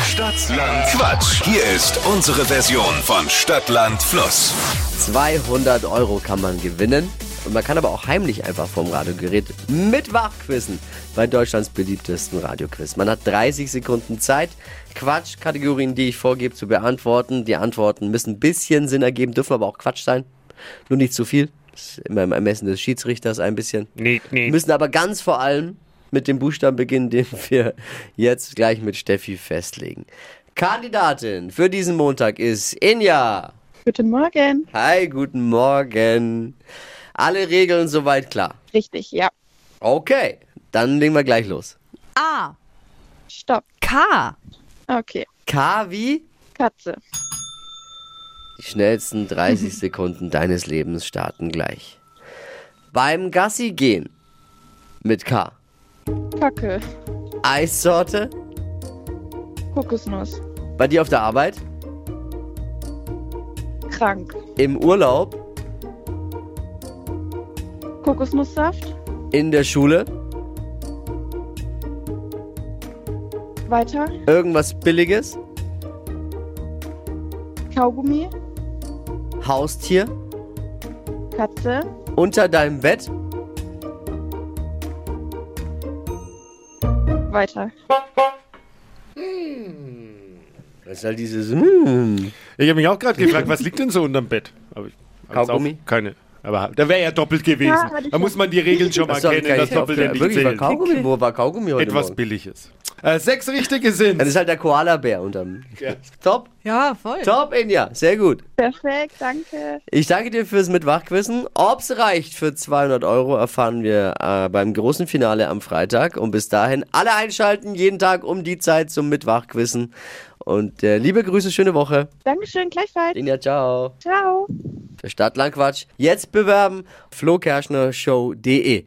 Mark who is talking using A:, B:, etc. A: Stadtland Quatsch. Hier ist unsere Version von Stadtland Fluss.
B: 200 Euro kann man gewinnen. Und man kann aber auch heimlich einfach vom Radiogerät mit Wachquissen bei Deutschlands beliebtesten Radioquiz. Man hat 30 Sekunden Zeit, Quatschkategorien, die ich vorgebe, zu beantworten. Die Antworten müssen ein bisschen Sinn ergeben, dürfen aber auch Quatsch sein. Nur nicht zu viel. Das ist immer im Ermessen des Schiedsrichters ein bisschen.
C: Nee, nee.
B: Müssen aber ganz vor allem mit dem Buchstaben beginnen, den wir jetzt gleich mit Steffi festlegen. Kandidatin für diesen Montag ist Inja.
D: Guten Morgen.
B: Hi, guten Morgen. Alle Regeln soweit klar.
D: Richtig, ja.
B: Okay, dann legen wir gleich los.
E: A.
D: Stopp.
E: K.
D: Okay.
B: K wie?
D: Katze.
B: Die schnellsten 30 Sekunden deines Lebens starten gleich. Beim Gassi gehen mit K.
D: Kacke.
B: Eissorte?
D: Kokosnuss.
B: Bei dir auf der Arbeit?
D: Krank.
B: Im Urlaub?
D: Kokosnusssaft.
B: In der Schule?
D: Weiter.
B: Irgendwas Billiges?
D: Kaugummi.
B: Haustier?
D: Katze.
B: Unter deinem Bett?
D: Weiter.
B: Das ist halt dieses. Mm.
C: Ich habe mich auch gerade gefragt, was liegt denn so unterm Bett? Aber ich hab jetzt
B: Kaugummi?
C: Auch keine. Aber da wäre ja doppelt gewesen.
D: Ja, hatte ich
C: da muss
D: schon.
C: man die Regeln schon mal
B: Achso, hab ich
C: kennen,
B: gar
C: dass
B: nicht drauf
C: doppelt ja
B: gehört.
C: nicht
B: Wirklich, war
C: zählt.
B: Kaugummi? Wo war Kaugummi heute
C: Etwas
B: Morgen?
C: Billiges. Äh, sechs richtige sind.
B: Das ist halt der Koala-Bär unterm.
C: Ja.
B: Top,
E: Ja, voll.
B: top, Inja. Sehr gut.
D: Perfekt, danke.
B: Ich danke dir fürs Mitwachquissen. Ob's reicht für 200 Euro, erfahren wir äh, beim großen Finale am Freitag. Und bis dahin alle einschalten, jeden Tag um die Zeit zum Mitwachquissen. Und äh, liebe Grüße, schöne Woche.
D: Dankeschön, gleichfalls.
B: Inja, ciao.
D: Ciao.
B: Der Stadtlandquatsch. Jetzt bewerben. flokerschnershow.de